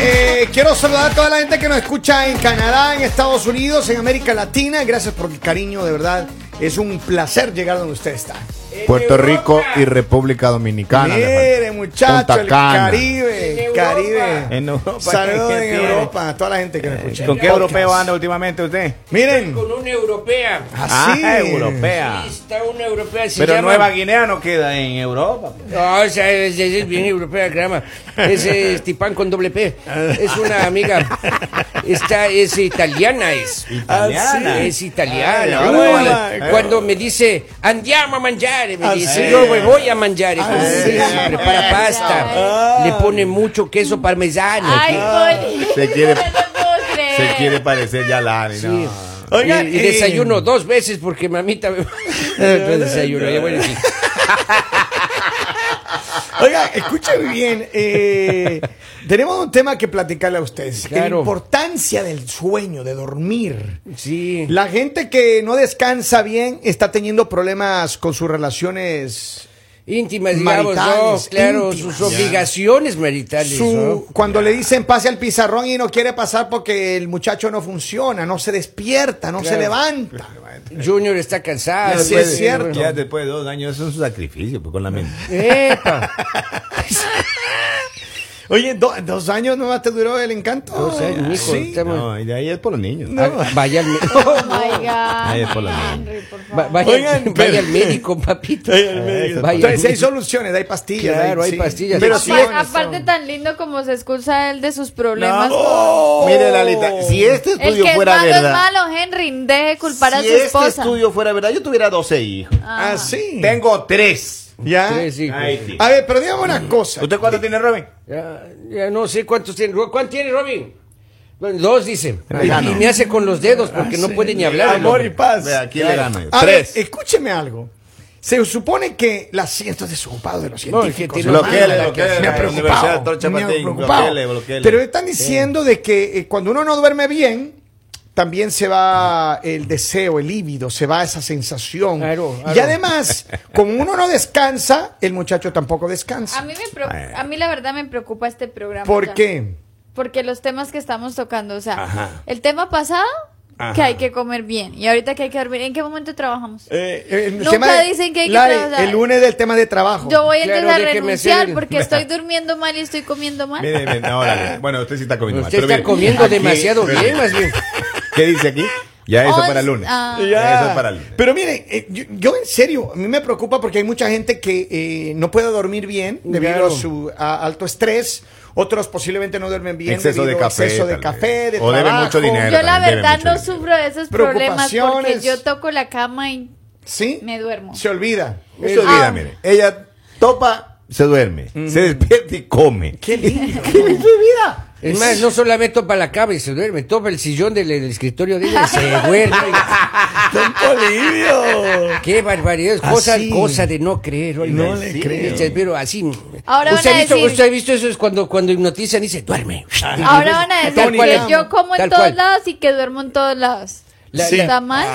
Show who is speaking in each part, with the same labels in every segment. Speaker 1: ¿eh? quiero saludar a toda la gente que nos escucha en Canadá, en Estados Unidos, en América Latina. Gracias por el cariño, de verdad. Es un placer llegar donde usted está.
Speaker 2: Puerto Rico y República
Speaker 3: Ah,
Speaker 2: Dominicana. le falta.
Speaker 1: Mire, muchachos,
Speaker 2: Punta
Speaker 1: el
Speaker 2: Cana.
Speaker 1: Caribe, Caribe.
Speaker 3: En Europa,
Speaker 1: Saludos
Speaker 3: ¿qué
Speaker 1: en
Speaker 3: tiene? Eh,
Speaker 1: Europa, a toda la gente que nos escucha.
Speaker 3: ¿Con qué
Speaker 1: Podcast.
Speaker 3: europeo anda últimamente usted?
Speaker 1: Miren,
Speaker 4: con una europea.
Speaker 1: así.
Speaker 3: Ah, europea.
Speaker 4: Ahí Está una europea. Se
Speaker 3: Pero
Speaker 4: llama-
Speaker 3: Nueva Guinea no queda en Europa. pues.
Speaker 4: No, esa es, esa es bien europea, grama. Ese es Tipán con doble P. Es una amiga. Esta es italiana, es.
Speaker 1: Ah,
Speaker 3: Italiana.
Speaker 4: Es italiana.
Speaker 3: Ah,
Speaker 4: Ahora,
Speaker 3: no,
Speaker 4: cuando me dice, andiamo a mangiare, me
Speaker 1: Ah,
Speaker 4: dice,
Speaker 1: sí.
Speaker 4: yo me voy a mangiare. Como
Speaker 1: sí.
Speaker 4: dice, se prepara pasta. Le pone mucho queso parmesano.
Speaker 5: Ay, Poli.
Speaker 2: Se quiere-
Speaker 5: No lo puedo creer.
Speaker 2: Se quiere parecer ya a Lani. no.
Speaker 4: Sí.
Speaker 1: Oigan,
Speaker 4: y, y
Speaker 1: y-
Speaker 4: desayuno dos veces porque mamita me Yo desayuno. ya bueno, sí.
Speaker 1: Oiga, escuchen bien. eh, tenemos un tema que platicarle a ustedes. La
Speaker 4: Claro.
Speaker 1: importancia del sueño, de dormir.
Speaker 4: Sí.
Speaker 1: La gente que no descansa bien está teniendo problemas con sus relaciones.
Speaker 4: íntimas, digamos,
Speaker 1: Maritales,
Speaker 4: no, claro,
Speaker 1: íntimas.
Speaker 4: sus obligaciones maritales,
Speaker 1: Su-
Speaker 4: ¿no?
Speaker 1: cuando le dicen pase al pizarrón y no quiere pasar porque el muchacho no funciona, no se despierta, no se
Speaker 4: Claro.
Speaker 1: levanta.
Speaker 4: Junior está cansado.
Speaker 1: Así
Speaker 4: pues,
Speaker 1: es cierto.
Speaker 2: Ya después de dos años eso es un sacrificio pues, con la mente.
Speaker 4: Epa,
Speaker 1: Oye, do- dos años nomás te duró el encanto.
Speaker 4: Dos años, hijo,
Speaker 1: Sí.
Speaker 4: estamos-
Speaker 2: No, y de ahí es por los niños.
Speaker 4: Ah, Vaya al, me-
Speaker 5: Oh my God.
Speaker 2: Ahí es por la mano.
Speaker 5: Henry, por favor.
Speaker 4: va- vaya,
Speaker 1: Oigan,
Speaker 4: vaya
Speaker 1: pero-
Speaker 4: al médico, papito.
Speaker 1: Vaya al médico.
Speaker 4: Vaya al
Speaker 1: Entonces hay
Speaker 4: médico.
Speaker 1: soluciones, hay pastillas.
Speaker 4: Claro, hay pastillas.
Speaker 1: Pero
Speaker 4: Aparte-
Speaker 1: sí,
Speaker 5: Apar- aparte tan lindo como se excusa él de sus problemas.
Speaker 2: Oh. Mire, Lalita, si este
Speaker 5: El
Speaker 2: estudio
Speaker 5: que es
Speaker 2: fuera
Speaker 5: malo es
Speaker 2: verdad.
Speaker 5: malo, Henry. Deje de culpar a
Speaker 2: si
Speaker 5: su
Speaker 2: este
Speaker 5: esposa.
Speaker 2: estudio fuera verdad, yo tuviera 12 hijos.
Speaker 1: Ah, sí.
Speaker 2: Tengo 3.
Speaker 1: ¿Ya?
Speaker 4: Tres hijos.
Speaker 2: Ahí sí.
Speaker 1: A ver, pero dígame
Speaker 2: Mm.
Speaker 1: una cosa.
Speaker 3: ¿Usted cuánto tiene, Robin?
Speaker 4: Ya, ya no sé cuántos tiene. Ro- ¿Cuánto tiene Robin? Bueno, Dos, dice.
Speaker 1: Ah,
Speaker 4: Y,
Speaker 2: Ya no.
Speaker 4: y me hace con los dedos porque no puede ni hablar. el hombre.
Speaker 1: paz.
Speaker 2: Vea, ¿quién le gana?
Speaker 1: A ver,
Speaker 2: Tres.
Speaker 1: escúcheme algo. Se supone que la ciencia es desocupado de los
Speaker 4: No, el
Speaker 1: científicos.
Speaker 4: que tiene-
Speaker 1: hermano.
Speaker 2: Bloqueale, bloqueale,
Speaker 1: Me ha preocupado,
Speaker 2: Universidad de Torcha
Speaker 1: me ha
Speaker 2: Martín,
Speaker 1: preocupado.
Speaker 2: bloqueale, bloqueale.
Speaker 1: Pero están diciendo de que eh, cuando uno no duerme bien, también se va el deseo, el líbido, se va esa sensación.
Speaker 4: Claro,
Speaker 1: Y
Speaker 4: claro.
Speaker 1: además, como uno no descansa, el muchacho tampoco descansa.
Speaker 5: A mí, me pro- a mí la verdad me preocupa este programa. o
Speaker 1: ¿Por
Speaker 5: sea,
Speaker 1: qué?
Speaker 5: Porque los temas que estamos tocando, o sea,
Speaker 2: Ajá.
Speaker 5: el tema pasado, que
Speaker 2: Ajá.
Speaker 5: hay que comer bien. Y ahorita que hay que dormir, ¿en qué momento trabajamos?
Speaker 1: Eh, el
Speaker 5: Nunca dicen que hay que
Speaker 1: Lari,
Speaker 5: trabajar.
Speaker 1: El lunes del tema de trabajo.
Speaker 5: Yo voy a
Speaker 4: Claro,
Speaker 5: empezar a
Speaker 4: déjeme
Speaker 5: renunciar
Speaker 4: hacer-
Speaker 5: porque estoy durmiendo mal y estoy comiendo mal.
Speaker 2: Mire, mire, no, Lalita. Bueno, usted sí está comiendo
Speaker 4: Usted
Speaker 2: mal, pero
Speaker 4: está
Speaker 2: mire,
Speaker 4: comiendo
Speaker 2: aquí-
Speaker 4: demasiado
Speaker 2: pero
Speaker 4: bien,
Speaker 2: mire,
Speaker 4: más bien.
Speaker 2: ¿Qué dice aquí? Ya eso
Speaker 5: Once-
Speaker 2: para el lunes.
Speaker 5: ah.
Speaker 2: Ya eso es para el lunes.
Speaker 1: Pero miren, eh, yo, yo en serio, a mí me preocupa porque hay mucha gente que eh, no puede dormir bien debido
Speaker 4: Claro.
Speaker 1: a su a- alto estrés. Otros posiblemente no duermen bien
Speaker 2: Exceso
Speaker 1: debido
Speaker 2: de
Speaker 1: a
Speaker 2: café,
Speaker 1: exceso de
Speaker 2: tal
Speaker 1: café, de
Speaker 2: vez. O deben
Speaker 1: trabajo.
Speaker 2: mucho dinero.
Speaker 5: Yo la
Speaker 2: también debe
Speaker 5: verdad
Speaker 2: mucho
Speaker 5: no
Speaker 2: dinero.
Speaker 5: sufro de esos problemas porque
Speaker 1: Preocupaciones.
Speaker 5: yo toco la cama y
Speaker 1: Sí.
Speaker 5: Me duermo.
Speaker 1: Se olvida.
Speaker 2: Eso es vida,
Speaker 5: Ah.
Speaker 2: mire. Ella topa, se duerme, se despierta y come.
Speaker 1: Eh, Qué lindo.
Speaker 4: Es más, no solamente topa la cama y se duerme, topa el sillón del, del escritorio de ella y se duerme. ¡Qué barbaridad! Cosa,
Speaker 1: Así.
Speaker 4: cosa de no creer. oiga.
Speaker 1: No le
Speaker 4: Sí,
Speaker 1: creo.
Speaker 4: dice, Pero así.
Speaker 5: Ahora
Speaker 4: ¿Usted,
Speaker 5: van a
Speaker 4: ha visto,
Speaker 5: decir-
Speaker 4: usted ha visto eso? Es cuando, cuando hipnotizan y dice, duerme.
Speaker 5: Ahora van a
Speaker 4: Tal
Speaker 5: decir
Speaker 4: cual
Speaker 5: que
Speaker 4: es.
Speaker 5: yo como en
Speaker 4: Tal
Speaker 5: todos
Speaker 4: cual.
Speaker 5: lados y que duermo en todos lados.
Speaker 4: La- Ah, Sí.
Speaker 5: ¿Está mal?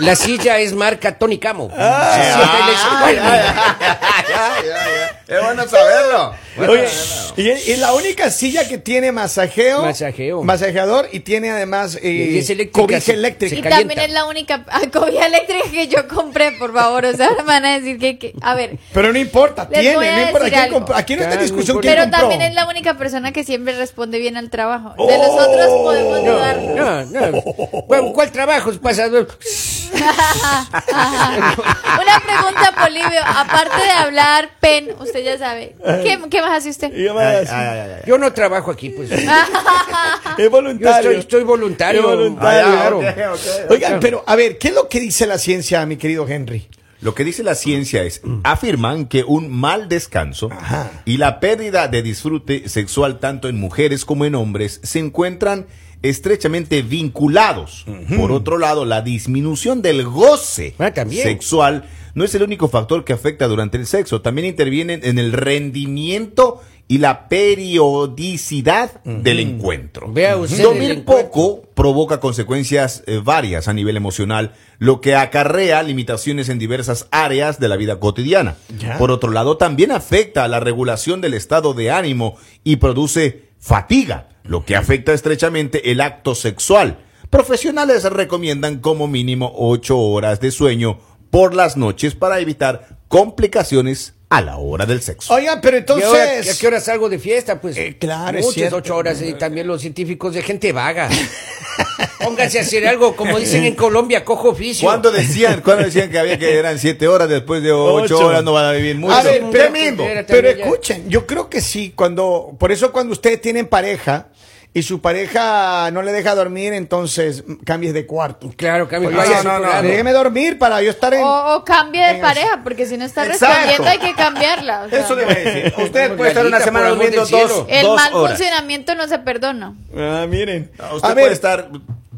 Speaker 4: La silla es marca Tony Camo.
Speaker 1: Ah.
Speaker 4: Se sienta y le dice,
Speaker 2: Ay, ay,
Speaker 4: "Duerme".
Speaker 2: ay, ay, ay. Es bueno saberlo. Bueno
Speaker 1: Oye,
Speaker 2: saberlo.
Speaker 1: y es y la única silla que tiene masajeo,
Speaker 4: Masajeo.
Speaker 1: masajeador y tiene además eh,
Speaker 4: Y es eléctrica,
Speaker 1: cobija
Speaker 4: se-
Speaker 1: eléctrica.
Speaker 5: Y
Speaker 4: calienta.
Speaker 5: también es la única ah, cobija eléctrica que yo compré, por favor. O sea, ahora me van a decir que, que- a ver.
Speaker 1: Pero no importa,
Speaker 5: Les
Speaker 1: tiene,
Speaker 5: voy a
Speaker 1: no importa
Speaker 5: decir
Speaker 1: quién
Speaker 5: algo.
Speaker 1: compró. Aquí no está en
Speaker 4: Claro, no
Speaker 1: discusión
Speaker 4: importa.
Speaker 1: quién
Speaker 5: Pero
Speaker 1: compró.
Speaker 5: también es la única persona que siempre responde bien al trabajo. De los otros podemos dudarlo.
Speaker 4: ¡Oh! No, no.
Speaker 1: Oh.
Speaker 4: Bueno, ¿Cuál trabajo? Pasa,
Speaker 5: Una pregunta, Polivio. Aparte de hablar, pen, usted ya sabe. ¿Qué, qué más hace usted?
Speaker 2: Ay, ay, ay, ay.
Speaker 4: Yo no trabajo aquí, pues. Yo
Speaker 1: Es voluntario.
Speaker 4: estoy, estoy voluntario.
Speaker 1: Es voluntario.
Speaker 4: Ah, claro.
Speaker 2: Ok, ok.
Speaker 1: Oigan, pero a ver, ¿qué es lo que dice la ciencia, mi querido Henry?
Speaker 2: Lo que dice la ciencia es, afirman que un mal descanso y la pérdida de disfrute sexual tanto en mujeres como en hombres se encuentran estrechamente vinculados. Por otro lado, la disminución del goce
Speaker 4: Ah, también.
Speaker 2: sexual no es el único factor que afecta durante el sexo, también intervienen en el rendimiento y la periodicidad del encuentro.
Speaker 4: Vea usted el
Speaker 2: Dormir
Speaker 4: encuentro.
Speaker 2: poco provoca consecuencias eh, varias a nivel emocional, lo que acarrea limitaciones en diversas áreas de la vida cotidiana.
Speaker 1: Ya.
Speaker 2: Por otro lado, también afecta a la regulación del estado de ánimo y produce fatiga, lo que afecta estrechamente el acto sexual. Profesionales recomiendan como mínimo 8 horas de sueño por las noches para evitar complicaciones a la hora del sexo.
Speaker 1: Oigan, pero
Speaker 4: ¿Y ahora, ¿A
Speaker 1: entonces.
Speaker 4: qué hora salgo de fiesta? Pues
Speaker 1: Eh, claro, es
Speaker 4: muchas
Speaker 1: cierto.
Speaker 4: ocho horas y también los científicos de gente vaga. Pónganse a hacer algo, como dicen en Colombia, cojo oficio.
Speaker 2: ¿Cuándo decían, cuándo decían que había que eran 7 horas después de 8
Speaker 6: Ocho.
Speaker 2: horas no van a vivir mucho?
Speaker 1: A ver,
Speaker 4: Mucho.
Speaker 1: pero,
Speaker 4: Tremendo.
Speaker 1: pero
Speaker 4: Espérate, ya.
Speaker 1: escuchen, yo creo que sí, cuando, por eso cuando ustedes tienen pareja y su pareja no le deja dormir, entonces mm, cambies de cuarto.
Speaker 4: Claro, cambio.
Speaker 1: Oye,
Speaker 4: vaya
Speaker 1: no,
Speaker 4: a su
Speaker 1: no, no,
Speaker 4: programa.
Speaker 1: déjeme dormir para yo estar en...
Speaker 5: O, o cambie de
Speaker 1: Venga,
Speaker 5: pareja, porque si no está
Speaker 1: Exacto.
Speaker 5: respondiendo hay que cambiarla. o sea,
Speaker 3: Eso le voy a decir. Usted
Speaker 4: Como
Speaker 3: puede estar una
Speaker 4: Galita,
Speaker 3: semana
Speaker 4: por amor
Speaker 3: durmiendo
Speaker 4: del cielo.
Speaker 3: dos,
Speaker 5: el
Speaker 3: dos
Speaker 5: mal
Speaker 3: horas.
Speaker 5: funcionamiento no se perdona.
Speaker 1: Ah, miren.
Speaker 2: Usted
Speaker 1: a
Speaker 2: puede
Speaker 1: ver,
Speaker 2: estar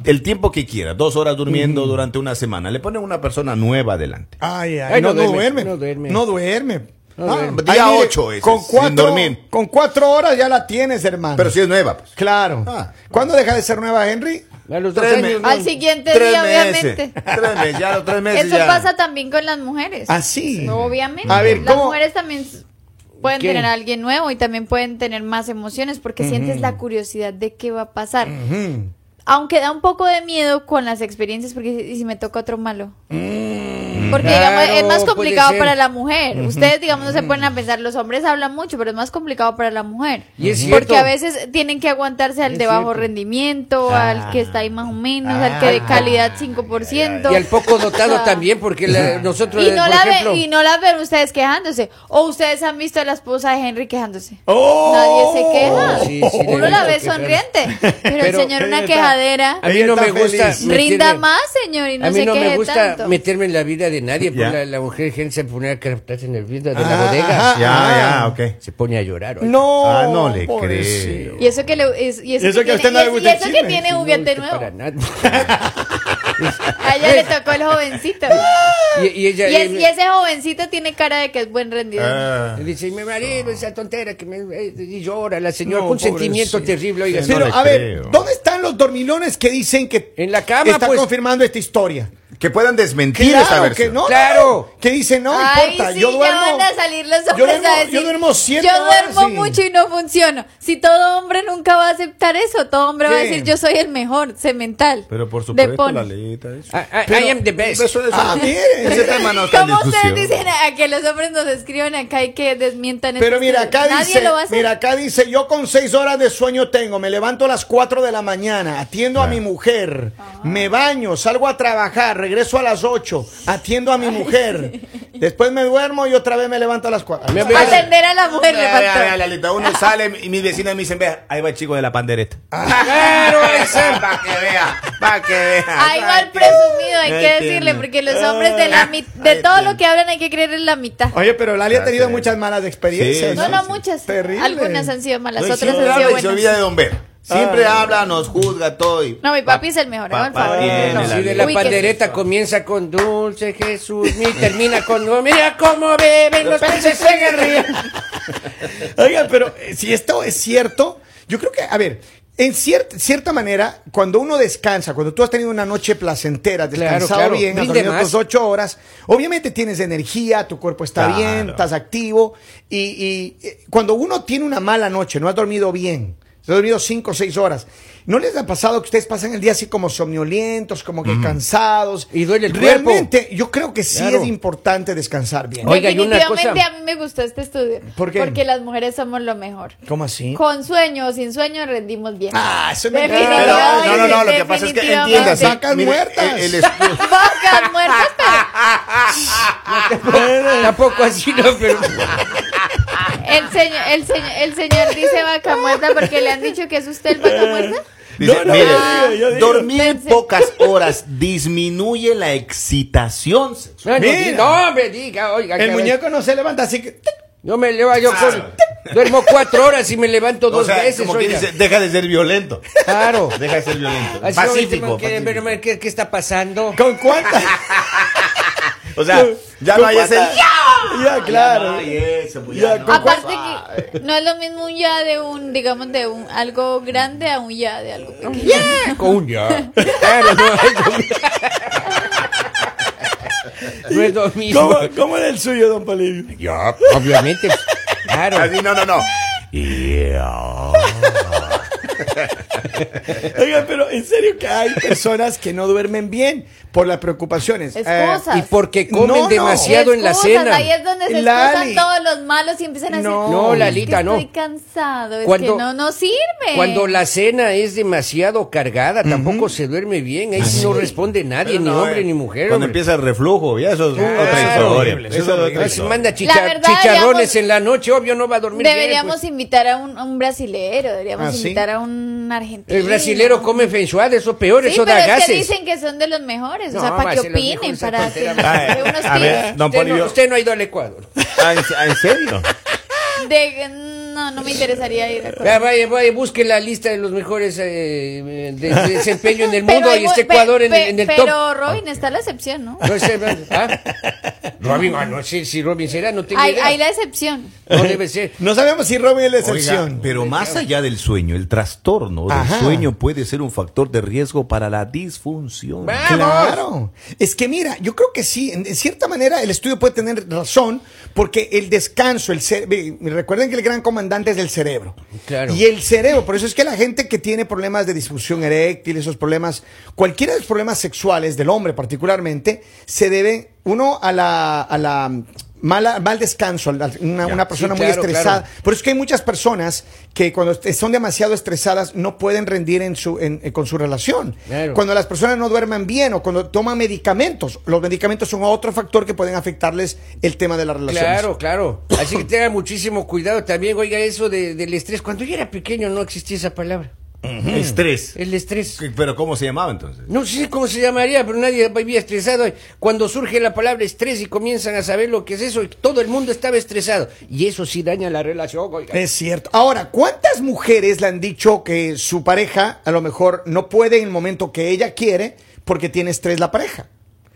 Speaker 2: el tiempo que quiera, dos horas durmiendo durante una semana. Le ponen una persona nueva adelante.
Speaker 1: Ay, ay,
Speaker 4: Ay,
Speaker 1: no,
Speaker 4: no
Speaker 1: duerme,
Speaker 4: duerme, no duerme.
Speaker 1: No duerme. Ah,
Speaker 4: No duerme.
Speaker 2: Día ocho ese,
Speaker 1: Con
Speaker 2: sin
Speaker 1: cuatro,
Speaker 2: dormir.
Speaker 1: con cuatro horas ya la tienes, hermano.
Speaker 2: Pero si es nueva, pues.
Speaker 1: Claro.
Speaker 2: Ah.
Speaker 1: ¿Cuándo deja de ser nueva, Henry?
Speaker 4: A los dos
Speaker 2: Tres
Speaker 4: años,
Speaker 2: meses.
Speaker 4: ¿no?
Speaker 5: Al siguiente
Speaker 2: Tres
Speaker 5: día,
Speaker 2: meses.
Speaker 5: obviamente.
Speaker 2: Tres meses, ya a los tres meses.
Speaker 5: Eso
Speaker 2: ya.
Speaker 5: pasa también con las mujeres.
Speaker 4: Ah,
Speaker 1: Así.
Speaker 5: No, Obviamente.
Speaker 1: A ver,
Speaker 5: las
Speaker 1: ¿cómo?
Speaker 5: mujeres también s- pueden
Speaker 4: ¿Qué?
Speaker 5: tener a alguien nuevo y también pueden tener más emociones porque sientes la curiosidad de qué va a pasar. Aunque da un poco de miedo con las experiencias porque dices, y si me toca otro malo. Porque
Speaker 4: Mm, Claro,
Speaker 5: digamos, es más
Speaker 4: puede
Speaker 5: complicado
Speaker 4: ser. Mm.
Speaker 5: para la mujer. Ustedes, digamos, no se ponen a pensar, los hombres hablan mucho, pero es más complicado para la mujer.
Speaker 4: Y es
Speaker 5: Porque
Speaker 4: cierto.
Speaker 5: a veces tienen que aguantarse al de bajo rendimiento, al
Speaker 4: Ah.
Speaker 5: que está ahí más o menos, al que de calidad 5%.
Speaker 4: Y al poco dotado
Speaker 5: Ah.
Speaker 4: también, porque la- nosotros, eh,
Speaker 5: Y no,
Speaker 4: por
Speaker 5: la
Speaker 4: ejemplo,
Speaker 5: ven, y no la ven ustedes quejándose. O ustedes han visto a la esposa de Henry quejándose.
Speaker 1: ¡Oh!
Speaker 5: Nadie se queja.
Speaker 4: Sí, sí, le
Speaker 5: Uno la
Speaker 4: veo
Speaker 5: ve
Speaker 4: que-
Speaker 5: sonriente. Pero, el
Speaker 4: Pero- eh,
Speaker 5: señor
Speaker 1: Ella
Speaker 5: una
Speaker 1: está-
Speaker 5: quejadera.
Speaker 4: a mí
Speaker 1: Ella
Speaker 4: no
Speaker 1: está
Speaker 4: me gusta
Speaker 1: feliz.
Speaker 5: Rinda
Speaker 4: meterme-
Speaker 5: más, señor, y no
Speaker 4: a mí
Speaker 5: se
Speaker 4: no me
Speaker 5: queje
Speaker 4: gusta
Speaker 5: tanto.
Speaker 4: meterme en la vida de nadie, pues
Speaker 2: Ya.
Speaker 4: la, la mujer gente se pone a captarse nerviosa de
Speaker 1: Ah,
Speaker 4: la bodega.
Speaker 1: ajá.
Speaker 2: Ya, ya, ok.
Speaker 4: Se pone a llorar. oye.
Speaker 1: No.
Speaker 2: Ah, no le
Speaker 1: pobrecito.
Speaker 2: creo.
Speaker 5: Y eso que le es- y eso,
Speaker 1: Y eso que a usted no
Speaker 5: tiene,
Speaker 1: le
Speaker 5: y es-
Speaker 1: gusta
Speaker 5: y
Speaker 1: el
Speaker 5: eso que
Speaker 1: chisme.
Speaker 5: tiene
Speaker 4: No,
Speaker 5: juguete
Speaker 4: que
Speaker 5: nuevo.
Speaker 4: para nada.
Speaker 5: A ella le tocó el jovencito.
Speaker 4: Y, y
Speaker 5: Y,
Speaker 4: ella
Speaker 5: es-
Speaker 4: eh,
Speaker 5: y ese jovencito tiene cara de que es buen rendidor.
Speaker 2: Ah.
Speaker 4: dice, mi marido, esa tontera que me eh, y llora la señora
Speaker 1: No,
Speaker 4: con un sentimiento
Speaker 1: pobrecito.
Speaker 4: terrible, oiga.
Speaker 2: Sí,
Speaker 4: señor.
Speaker 1: Pero,
Speaker 2: le
Speaker 1: a ver,
Speaker 2: creo.
Speaker 1: ¿dónde están los dormilones que dicen que
Speaker 4: En la cama,
Speaker 1: están
Speaker 4: pues.
Speaker 1: confirmando esta historia?
Speaker 2: Que puedan desmentir esta
Speaker 1: Claro, que
Speaker 2: versión.
Speaker 1: no.
Speaker 4: Claro.
Speaker 1: Que dicen, no
Speaker 5: Ay,
Speaker 1: importa,
Speaker 5: sí,
Speaker 1: yo duermo.
Speaker 5: ya van a salir los hombres
Speaker 1: yo duermo,
Speaker 5: a decir,
Speaker 1: yo duermo siete
Speaker 5: "Yo duermo
Speaker 1: horas y-
Speaker 5: mucho y no funciono. Si todo hombre nunca va a aceptar eso, todo hombre va a
Speaker 1: ¿Qué?
Speaker 5: decir, yo soy el mejor, semental.
Speaker 2: Pero por
Speaker 5: De
Speaker 2: supuesto,
Speaker 5: pon.
Speaker 2: la leíta eso.
Speaker 4: I, I- I am the best.
Speaker 2: Eso, eso-
Speaker 1: Ah, miren.
Speaker 2: Ese tema no está en
Speaker 5: ¿Cómo ustedes
Speaker 2: discusión.
Speaker 5: dicen a a que los hombres nos escriban acá y que desmientan
Speaker 1: Pero
Speaker 5: estos
Speaker 1: mira, acá
Speaker 5: teorías? Nadie
Speaker 1: dice,
Speaker 5: lo va a hacer.
Speaker 1: mira, acá dice, yo con seis horas de sueño tengo, me levanto a las cuatro de la mañana, atiendo a mi mujer,
Speaker 5: Ah.
Speaker 1: me baño, salgo a trabajar, regreso a las ocho, atiendo a mi mujer, después me duermo y otra vez me levanto a las cuatro.
Speaker 4: Me-
Speaker 5: Va a atender a la mujer, le
Speaker 2: Vea, vea, vea,
Speaker 5: faltó.
Speaker 2: Lalita, uno sale y mis vecinos me dicen, vea, ahí va el chico de la pandereta.
Speaker 1: Ah.
Speaker 4: Claro, esa.
Speaker 2: Para que vea, para que Ah. vea.
Speaker 5: Ay, igual
Speaker 2: Ay,
Speaker 5: presumido, hay que
Speaker 2: Ay,
Speaker 5: decirle,
Speaker 2: tierno.
Speaker 5: porque los hombres de
Speaker 1: Ah,
Speaker 5: la mit- de todo lo que hablan hay que creer en la mitad.
Speaker 1: Oye, pero Lali ha tenido
Speaker 2: Gracias.
Speaker 1: muchas malas experiencias.
Speaker 2: Sí,
Speaker 5: No,
Speaker 2: sí,
Speaker 5: no,
Speaker 2: sí.
Speaker 5: muchas.
Speaker 1: Terrible.
Speaker 5: Algunas han sido malas,
Speaker 2: No, y
Speaker 5: otras
Speaker 2: siempre
Speaker 5: han
Speaker 2: habla
Speaker 5: sido
Speaker 2: y se olvida
Speaker 5: buenas.
Speaker 2: de Don Ver. Siempre habla, nos juzga todo. y-
Speaker 5: No, mi papi es el mejor, hagan el
Speaker 2: Papá
Speaker 5: favor.
Speaker 2: tiene
Speaker 5: No, no.
Speaker 4: Sí,
Speaker 2: la-
Speaker 4: de la
Speaker 5: Uy, que-
Speaker 4: pandereta comienza con dulce Jesús y termina con no, mira cómo beben los peces en el río.
Speaker 1: Oigan, pero eh, si esto es cierto, yo creo que, a ver, en cier- cierta manera, cuando uno descansa, cuando tú has tenido una noche placentera, descansado
Speaker 4: claro,
Speaker 1: bien, has
Speaker 4: rinde
Speaker 1: dormido
Speaker 4: más.
Speaker 1: tus ocho horas, obviamente tienes energía, tu cuerpo está
Speaker 2: Claro.
Speaker 1: bien, estás activo, y, y, eh, cuando uno tiene una mala noche, no has dormido bien, has dormido cinco o seis horas, ¿no les ha pasado que ustedes pasan el día así como somnolientos, como que cansados?
Speaker 4: Y duele el cuerpo.
Speaker 1: Realmente, yo creo que sí
Speaker 4: Claro.
Speaker 1: es importante descansar bien.
Speaker 4: Oiga, y una
Speaker 5: Definitivamente
Speaker 4: cosa-
Speaker 5: a mí me gustó este estudio.
Speaker 1: ¿Por qué?
Speaker 5: Porque las mujeres somos lo mejor.
Speaker 1: ¿Cómo así?
Speaker 5: Con sueño o sin sueño rendimos bien.
Speaker 1: Ah, eso me
Speaker 5: Definitivamente.
Speaker 2: Pero,
Speaker 5: Ay,
Speaker 2: no, no, no, lo que pasa es que
Speaker 5: definitivamente.
Speaker 2: entiendas.
Speaker 1: Sacan muertas.
Speaker 2: El, el estudio-
Speaker 5: Vacas muertas, pero
Speaker 4: Tampoco así, no, pero.
Speaker 5: el señor, el señor, el señor dice vaca muerta porque le han dicho que es usted el vaca muerta.
Speaker 2: Dice,
Speaker 1: No, no,
Speaker 2: mire,
Speaker 1: yo digo, yo digo.
Speaker 2: dormir
Speaker 5: Pensé.
Speaker 2: pocas horas disminuye la excitación sexual.
Speaker 4: No, no,
Speaker 1: Mira.
Speaker 4: di- no, hombre, diga, oiga.
Speaker 1: El
Speaker 4: cada vez-
Speaker 1: muñeco no se levanta, así que...
Speaker 4: Yo me levanto, yo con-
Speaker 2: Claro.
Speaker 4: duermo cuatro horas y me levanto dos
Speaker 2: o sea,
Speaker 4: veces.
Speaker 2: como que
Speaker 4: oiga.
Speaker 2: dice, deja de ser violento.
Speaker 4: Claro.
Speaker 2: Deja de ser violento.
Speaker 4: Así,
Speaker 2: pacífico.
Speaker 4: oiga, ¿qué-
Speaker 2: pacífico.
Speaker 4: pero, ¿qué, qué está pasando?
Speaker 1: ¿Con cuántas?
Speaker 2: O sea, ya no hay ese.
Speaker 1: ya, claro. Ya,
Speaker 2: Ah,
Speaker 1: ¿con cuántas?
Speaker 5: Aparte que no es lo mismo un ya de un, digamos, de un algo grande a un ya de algo pequeño.
Speaker 4: Con un ya. Claro, no, es lo mismo. No es lo mismo.
Speaker 1: ¿Cómo, cómo era el suyo, don Polivio?
Speaker 4: Ya, obviamente. Claro.
Speaker 2: eh, Así, no, no, no.
Speaker 1: Oigan, pero en serio que hay personas que no duermen bien por las preocupaciones.
Speaker 5: Excusas.
Speaker 4: Eh, Y porque comen
Speaker 1: No, no.
Speaker 4: demasiado en la
Speaker 5: Excusas,
Speaker 4: cena.
Speaker 5: Ahí es donde se
Speaker 1: Lali.
Speaker 5: excusan todos los malos y empiezan a decir,
Speaker 1: No.
Speaker 4: No,
Speaker 5: "Es
Speaker 4: Lalita,
Speaker 5: que
Speaker 4: no.
Speaker 5: Estoy cansado, es
Speaker 4: Cuando-
Speaker 5: que no nos sirve.
Speaker 4: Cuando la cena es demasiado cargada, tampoco se duerme bien. Ahí sí no responde nadie,
Speaker 2: Pero
Speaker 4: ni
Speaker 2: no,
Speaker 4: hombre
Speaker 2: eh,
Speaker 4: ni mujer.
Speaker 2: Cuando
Speaker 4: hombre.
Speaker 2: empieza el reflujo, ya eso es otra
Speaker 1: eso es
Speaker 2: historia.
Speaker 1: horrible,
Speaker 2: Eso es otra
Speaker 4: Además,
Speaker 2: historia.
Speaker 4: manda chicha-
Speaker 5: La verdad,
Speaker 4: chicharrones
Speaker 5: deberíamos-
Speaker 4: en la noche, obvio, no va a dormir
Speaker 5: Deberíamos
Speaker 4: bien. pues.
Speaker 5: invitar a un, a un brasilero, deberíamos
Speaker 1: Ah, ¿sí?
Speaker 5: invitar a un
Speaker 4: pues.
Speaker 5: argentino.
Speaker 4: El brasilero come feng shui, eso es peor,
Speaker 5: Sí,
Speaker 4: eso
Speaker 5: pero
Speaker 4: da
Speaker 5: es
Speaker 4: gases.
Speaker 5: que dicen que son de los mejores,
Speaker 4: No,
Speaker 5: o sea, para que
Speaker 4: se los dijo
Speaker 5: opinen,
Speaker 4: esa
Speaker 5: para que,
Speaker 4: tontera.
Speaker 5: que
Speaker 2: Ah,
Speaker 5: unos
Speaker 2: a ver,
Speaker 5: tips
Speaker 2: Don
Speaker 4: usted,
Speaker 2: Polivio-
Speaker 4: no, usted no ha ido al Ecuador.
Speaker 2: Ah, ¿en, ah, ¿en serio?
Speaker 5: de- no, no me interesaría ir a
Speaker 4: Vea, vaya, vaya, busque la lista de los mejores eh, de- de desempeño en el mundo
Speaker 5: hay
Speaker 4: y este
Speaker 5: mu- pe-
Speaker 4: Ecuador en, el-
Speaker 5: pe-
Speaker 4: en el top.
Speaker 5: Pero Robin está la excepción, ¿no?
Speaker 4: No sé, ¿ah? Robin, ah, no sé si Robin será, no tengo
Speaker 5: Hay,
Speaker 4: idea.
Speaker 5: hay la excepción.
Speaker 4: No debe ser.
Speaker 1: No sabemos si Robin es la
Speaker 2: Oiga,
Speaker 1: excepción.
Speaker 2: pero más allá del sueño, el trastorno del
Speaker 1: Ajá.
Speaker 2: sueño puede ser un factor de riesgo para la disfunción.
Speaker 4: Va.
Speaker 1: Claro. Es que mira, yo creo que sí, en, en cierta manera el estudio puede tener razón, porque el descanso, el cere- ve, recuerden que el gran comandante es el cerebro.
Speaker 4: Claro.
Speaker 1: Y el cerebro, por eso es que la gente que tiene problemas de disfunción eréctil, esos problemas, cualquiera de los problemas sexuales, del hombre particularmente, se debe, uno, a la, a la mala, mal descanso, a la- una,
Speaker 2: Ya.
Speaker 1: una persona
Speaker 4: Sí,
Speaker 1: muy
Speaker 4: claro,
Speaker 1: estresada.
Speaker 4: claro.
Speaker 1: Por eso es que hay muchas personas que cuando est- son demasiado estresadas no pueden rendir en su, en- eh, con su relación.
Speaker 4: Claro.
Speaker 1: Cuando las personas no duermen bien o cuando toman medicamentos, los medicamentos son otro factor que pueden afectarles el tema de las relaciones.
Speaker 4: Claro, claro. Así que tenga muchísimo cuidado también. Oiga, eso de- del estrés. Cuando yo era pequeño no existía esa palabra.
Speaker 2: Estrés.
Speaker 4: El estrés.
Speaker 2: ¿Qué- ¿Pero cómo se llamaba entonces?
Speaker 4: No sé cómo se llamaría, pero nadie vivía estresado. Cuando surge la palabra estrés y comienzan a saber lo que es eso, y todo el mundo estaba estresado. Y eso sí daña la relación. oiga.
Speaker 1: Es cierto. Ahora, ¿cuántas mujeres le han dicho que su pareja a lo mejor no puede en el momento que ella quiere porque tiene estrés la pareja?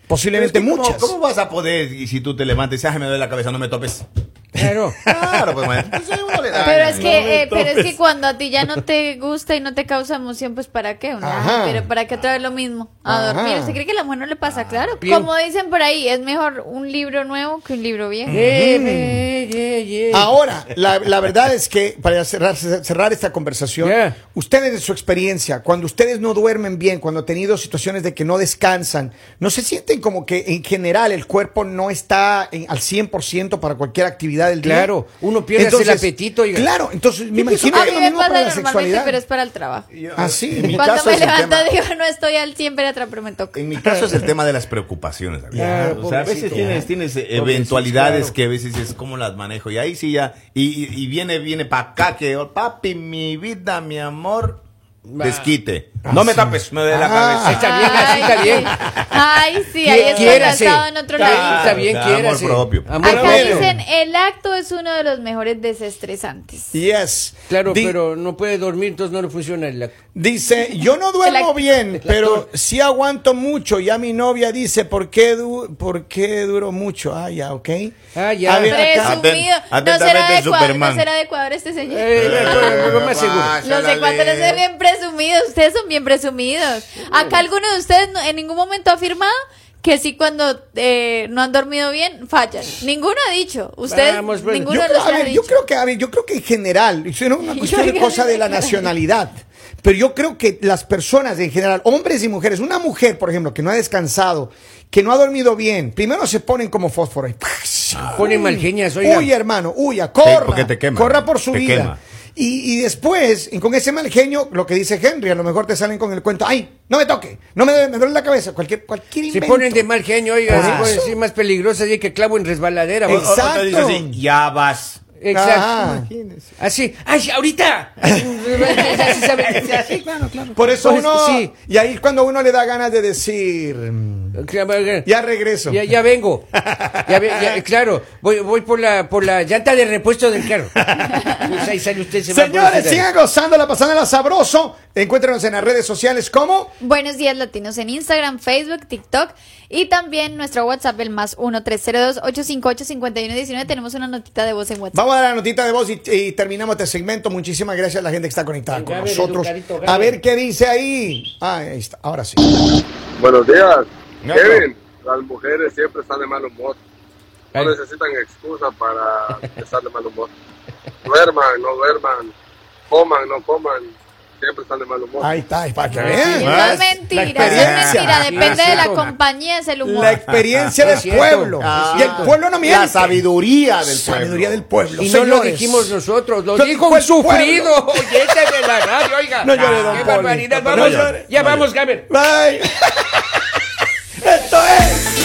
Speaker 1: Posiblemente
Speaker 2: Pero es que
Speaker 1: muchas.
Speaker 2: ¿cómo, ¿Cómo vas a poder y si tú te levantas y dices, ay, me duele la cabeza, no me topes?
Speaker 4: Claro.
Speaker 2: Claro, pues, maestro. Pues, sí, uno le da,
Speaker 5: Pero
Speaker 2: ya,
Speaker 5: es
Speaker 2: ¿no?
Speaker 5: que, eh,
Speaker 2: No me
Speaker 5: pero es que
Speaker 2: topes.
Speaker 5: cuando a ti ya no te gusta y no te causa emoción, pues para qué, ¿no?
Speaker 1: Ajá.
Speaker 5: Pero para qué otra vez lo mismo, a
Speaker 1: Ajá.
Speaker 5: dormir. ¿Usted cree que a la mujer no le pasa? Claro.
Speaker 4: Bien.
Speaker 5: Como dicen por ahí, es mejor un libro nuevo que un libro viejo.
Speaker 4: Eh, eh, eh, eh.
Speaker 1: Ahora, la, la verdad es que, para cerrar, cerrar esta conversación,
Speaker 4: Yeah.
Speaker 1: ustedes de su experiencia, cuando ustedes no duermen bien, cuando han tenido situaciones de que no descansan, ¿no se sienten como que en general el cuerpo no está en- al 100% para cualquier actividad del día?
Speaker 4: Claro, uno pierde hasta el apetito, oiga.
Speaker 1: Claro, entonces me imagino
Speaker 5: a
Speaker 1: que
Speaker 5: mí
Speaker 1: lo
Speaker 5: me
Speaker 1: mismo
Speaker 5: pasa
Speaker 1: para la
Speaker 5: normalmente,
Speaker 1: sexualidad.
Speaker 5: pero es para el trabajo.
Speaker 1: Ah, sí.
Speaker 2: En mi
Speaker 5: Cuando
Speaker 2: caso
Speaker 5: me
Speaker 2: es el
Speaker 5: levanto
Speaker 2: tema-
Speaker 5: digo, no estoy al 100 pero pero me toca.
Speaker 2: En mi caso es el tema de las preocupaciones. amigo.
Speaker 4: Claro,
Speaker 2: O sea, a
Speaker 4: pobrecito.
Speaker 2: veces tienes, tienes eh,
Speaker 4: Pobrecito,
Speaker 2: eventualidades
Speaker 4: claro.
Speaker 2: que a veces es cómo las manejo. Y ahí sí ya. Y, y- y viene, viene para acá que, oh, papi, mi vida, mi amor,
Speaker 4: Va.
Speaker 2: desquite. no me tapes, me de la
Speaker 1: Ah.
Speaker 2: cabeza.
Speaker 4: Está bien, así está bien.
Speaker 5: Ay, sí, ahí es cuando
Speaker 4: Quiérase.
Speaker 5: estaba en otro
Speaker 4: Claro,
Speaker 5: lado.
Speaker 4: Está bien,
Speaker 2: Amor
Speaker 4: quiérase.
Speaker 2: propio.
Speaker 4: Amor
Speaker 5: Acá
Speaker 4: propio.
Speaker 5: dicen, el acto es uno de los mejores desestresantes.
Speaker 1: Yes.
Speaker 4: Claro,
Speaker 1: Di-
Speaker 4: pero no puede dormir, entonces no le funciona el acto.
Speaker 1: Dice, yo no duermo
Speaker 5: El act-
Speaker 1: bien, pero sí aguanto mucho. Ya mi novia dice, ¿por qué, du- por qué duro mucho? Ah, ya, ok.
Speaker 4: Ah, ya.
Speaker 1: A ver, acá.
Speaker 5: Presumido.
Speaker 2: Atent-
Speaker 5: no será de
Speaker 2: atentamente,
Speaker 5: Ecuador, no
Speaker 2: Superman.
Speaker 5: será de Ecuador este señor.
Speaker 4: Eh, no, no, no, más seguro.
Speaker 1: Eh,
Speaker 5: Los ecuatorianos son bien presumidos, ustedes son bien presumidos. Acá alguno de ustedes no- en ningún momento ha afirmado que sí cuando eh, no han dormido bien fallan. Ninguno ha dicho. Ustedes,
Speaker 4: Vamos, pues.
Speaker 5: ninguno
Speaker 1: yo,
Speaker 5: de los
Speaker 1: creo- a
Speaker 5: ha
Speaker 1: ver, yo
Speaker 5: dicho.
Speaker 1: creo que, a ver, yo creo que en general, y si no, una cuestión de
Speaker 5: Oiga,
Speaker 1: cosa de la
Speaker 5: oiga.
Speaker 1: nacionalidad. Pero yo creo que las personas en general, hombres y mujeres, una mujer, por ejemplo, que no ha descansado, que no ha dormido bien, primero se ponen como fósforo. y
Speaker 4: Pone mal genias, oiga.
Speaker 1: Huye, hermano, huya, corra.
Speaker 2: porque te quema,
Speaker 1: corra por su
Speaker 2: te
Speaker 1: vida.
Speaker 2: quema.
Speaker 1: Y, y después, y con ese mal genio, lo que dice Henry, a lo mejor te salen con el cuento, ay, no me toque, no me, me duele la cabeza, cualquier, cualquier
Speaker 4: Se
Speaker 1: invento.
Speaker 4: ponen de mal genio, oiga,
Speaker 1: Por
Speaker 4: se
Speaker 1: eso.
Speaker 4: ponen así más peligrosa y que clavo en resbaladera. o- o-
Speaker 1: Exacto.
Speaker 2: ya vas.
Speaker 1: Ajá.
Speaker 4: Exacto. Así, ay, ahorita. Así sabe- así.
Speaker 1: Por eso
Speaker 4: Por eso,
Speaker 1: uno,
Speaker 4: sí.
Speaker 1: y ahí es cuando uno le da ganas de decir, mm, ya regreso.
Speaker 4: Ya, ya vengo. Ya ve- ya- claro, voy, voy por la por la llanta de repuesto del carro. Pues ahí sale usted, se va por
Speaker 1: Señores,
Speaker 4: esa llanta.
Speaker 1: sigan gozándola, pasándola sabroso. Encuéntrenos en las redes sociales como...
Speaker 5: Buenos días latinos en Instagram, Facebook, TikTok y también nuestro WhatsApp, el más 1-302-858-5119. Tenemos una notita de voz en WhatsApp.
Speaker 1: Vamos a dar la notita de voz y, y terminamos este segmento. Muchísimas gracias a la gente que está conectada con
Speaker 4: Gabriel,
Speaker 1: nosotros.
Speaker 4: Lucarito,
Speaker 1: A
Speaker 4: Gabriel.
Speaker 1: ver qué dice ahí. Ah, ahí está. Ahora sí.
Speaker 6: Buenos días,
Speaker 2: No,
Speaker 6: Kevin. Las mujeres siempre están de mal humor. No
Speaker 4: Ay.
Speaker 6: necesitan excusa para estar de mal humor. Duerman, no duerman. Coman, no coman. siempre están de mal humor.
Speaker 1: Ahí está, ahí
Speaker 4: Ah,
Speaker 1: para que
Speaker 5: Y
Speaker 1: vean.
Speaker 5: no
Speaker 1: ¿verdad?
Speaker 5: es mentira,
Speaker 1: La
Speaker 5: eso es
Speaker 1: experiencia.
Speaker 5: mentira. Depende de la
Speaker 4: Exacto.
Speaker 5: compañía, es el humor.
Speaker 1: La experiencia
Speaker 4: Es
Speaker 1: del
Speaker 4: Ah, cierto, Ah,
Speaker 1: pueblo.
Speaker 4: es
Speaker 1: y el
Speaker 4: cierto.
Speaker 1: pueblo no miente.
Speaker 2: La sabiduría del
Speaker 1: Sabiduría
Speaker 2: pueblo.
Speaker 1: del pueblo.
Speaker 4: Y no lo
Speaker 1: señores.
Speaker 4: dijimos nosotros, lo
Speaker 1: Lo dijo
Speaker 4: dijo un
Speaker 1: el pueblo.
Speaker 4: sufrido oyente de la radio, oiga.
Speaker 1: No llore, don
Speaker 4: Qué
Speaker 1: Poli.
Speaker 4: barbaridad.
Speaker 1: No
Speaker 4: Vamos,
Speaker 1: llore.
Speaker 4: ya vamos, Gabriel.
Speaker 1: Bye. Esto es.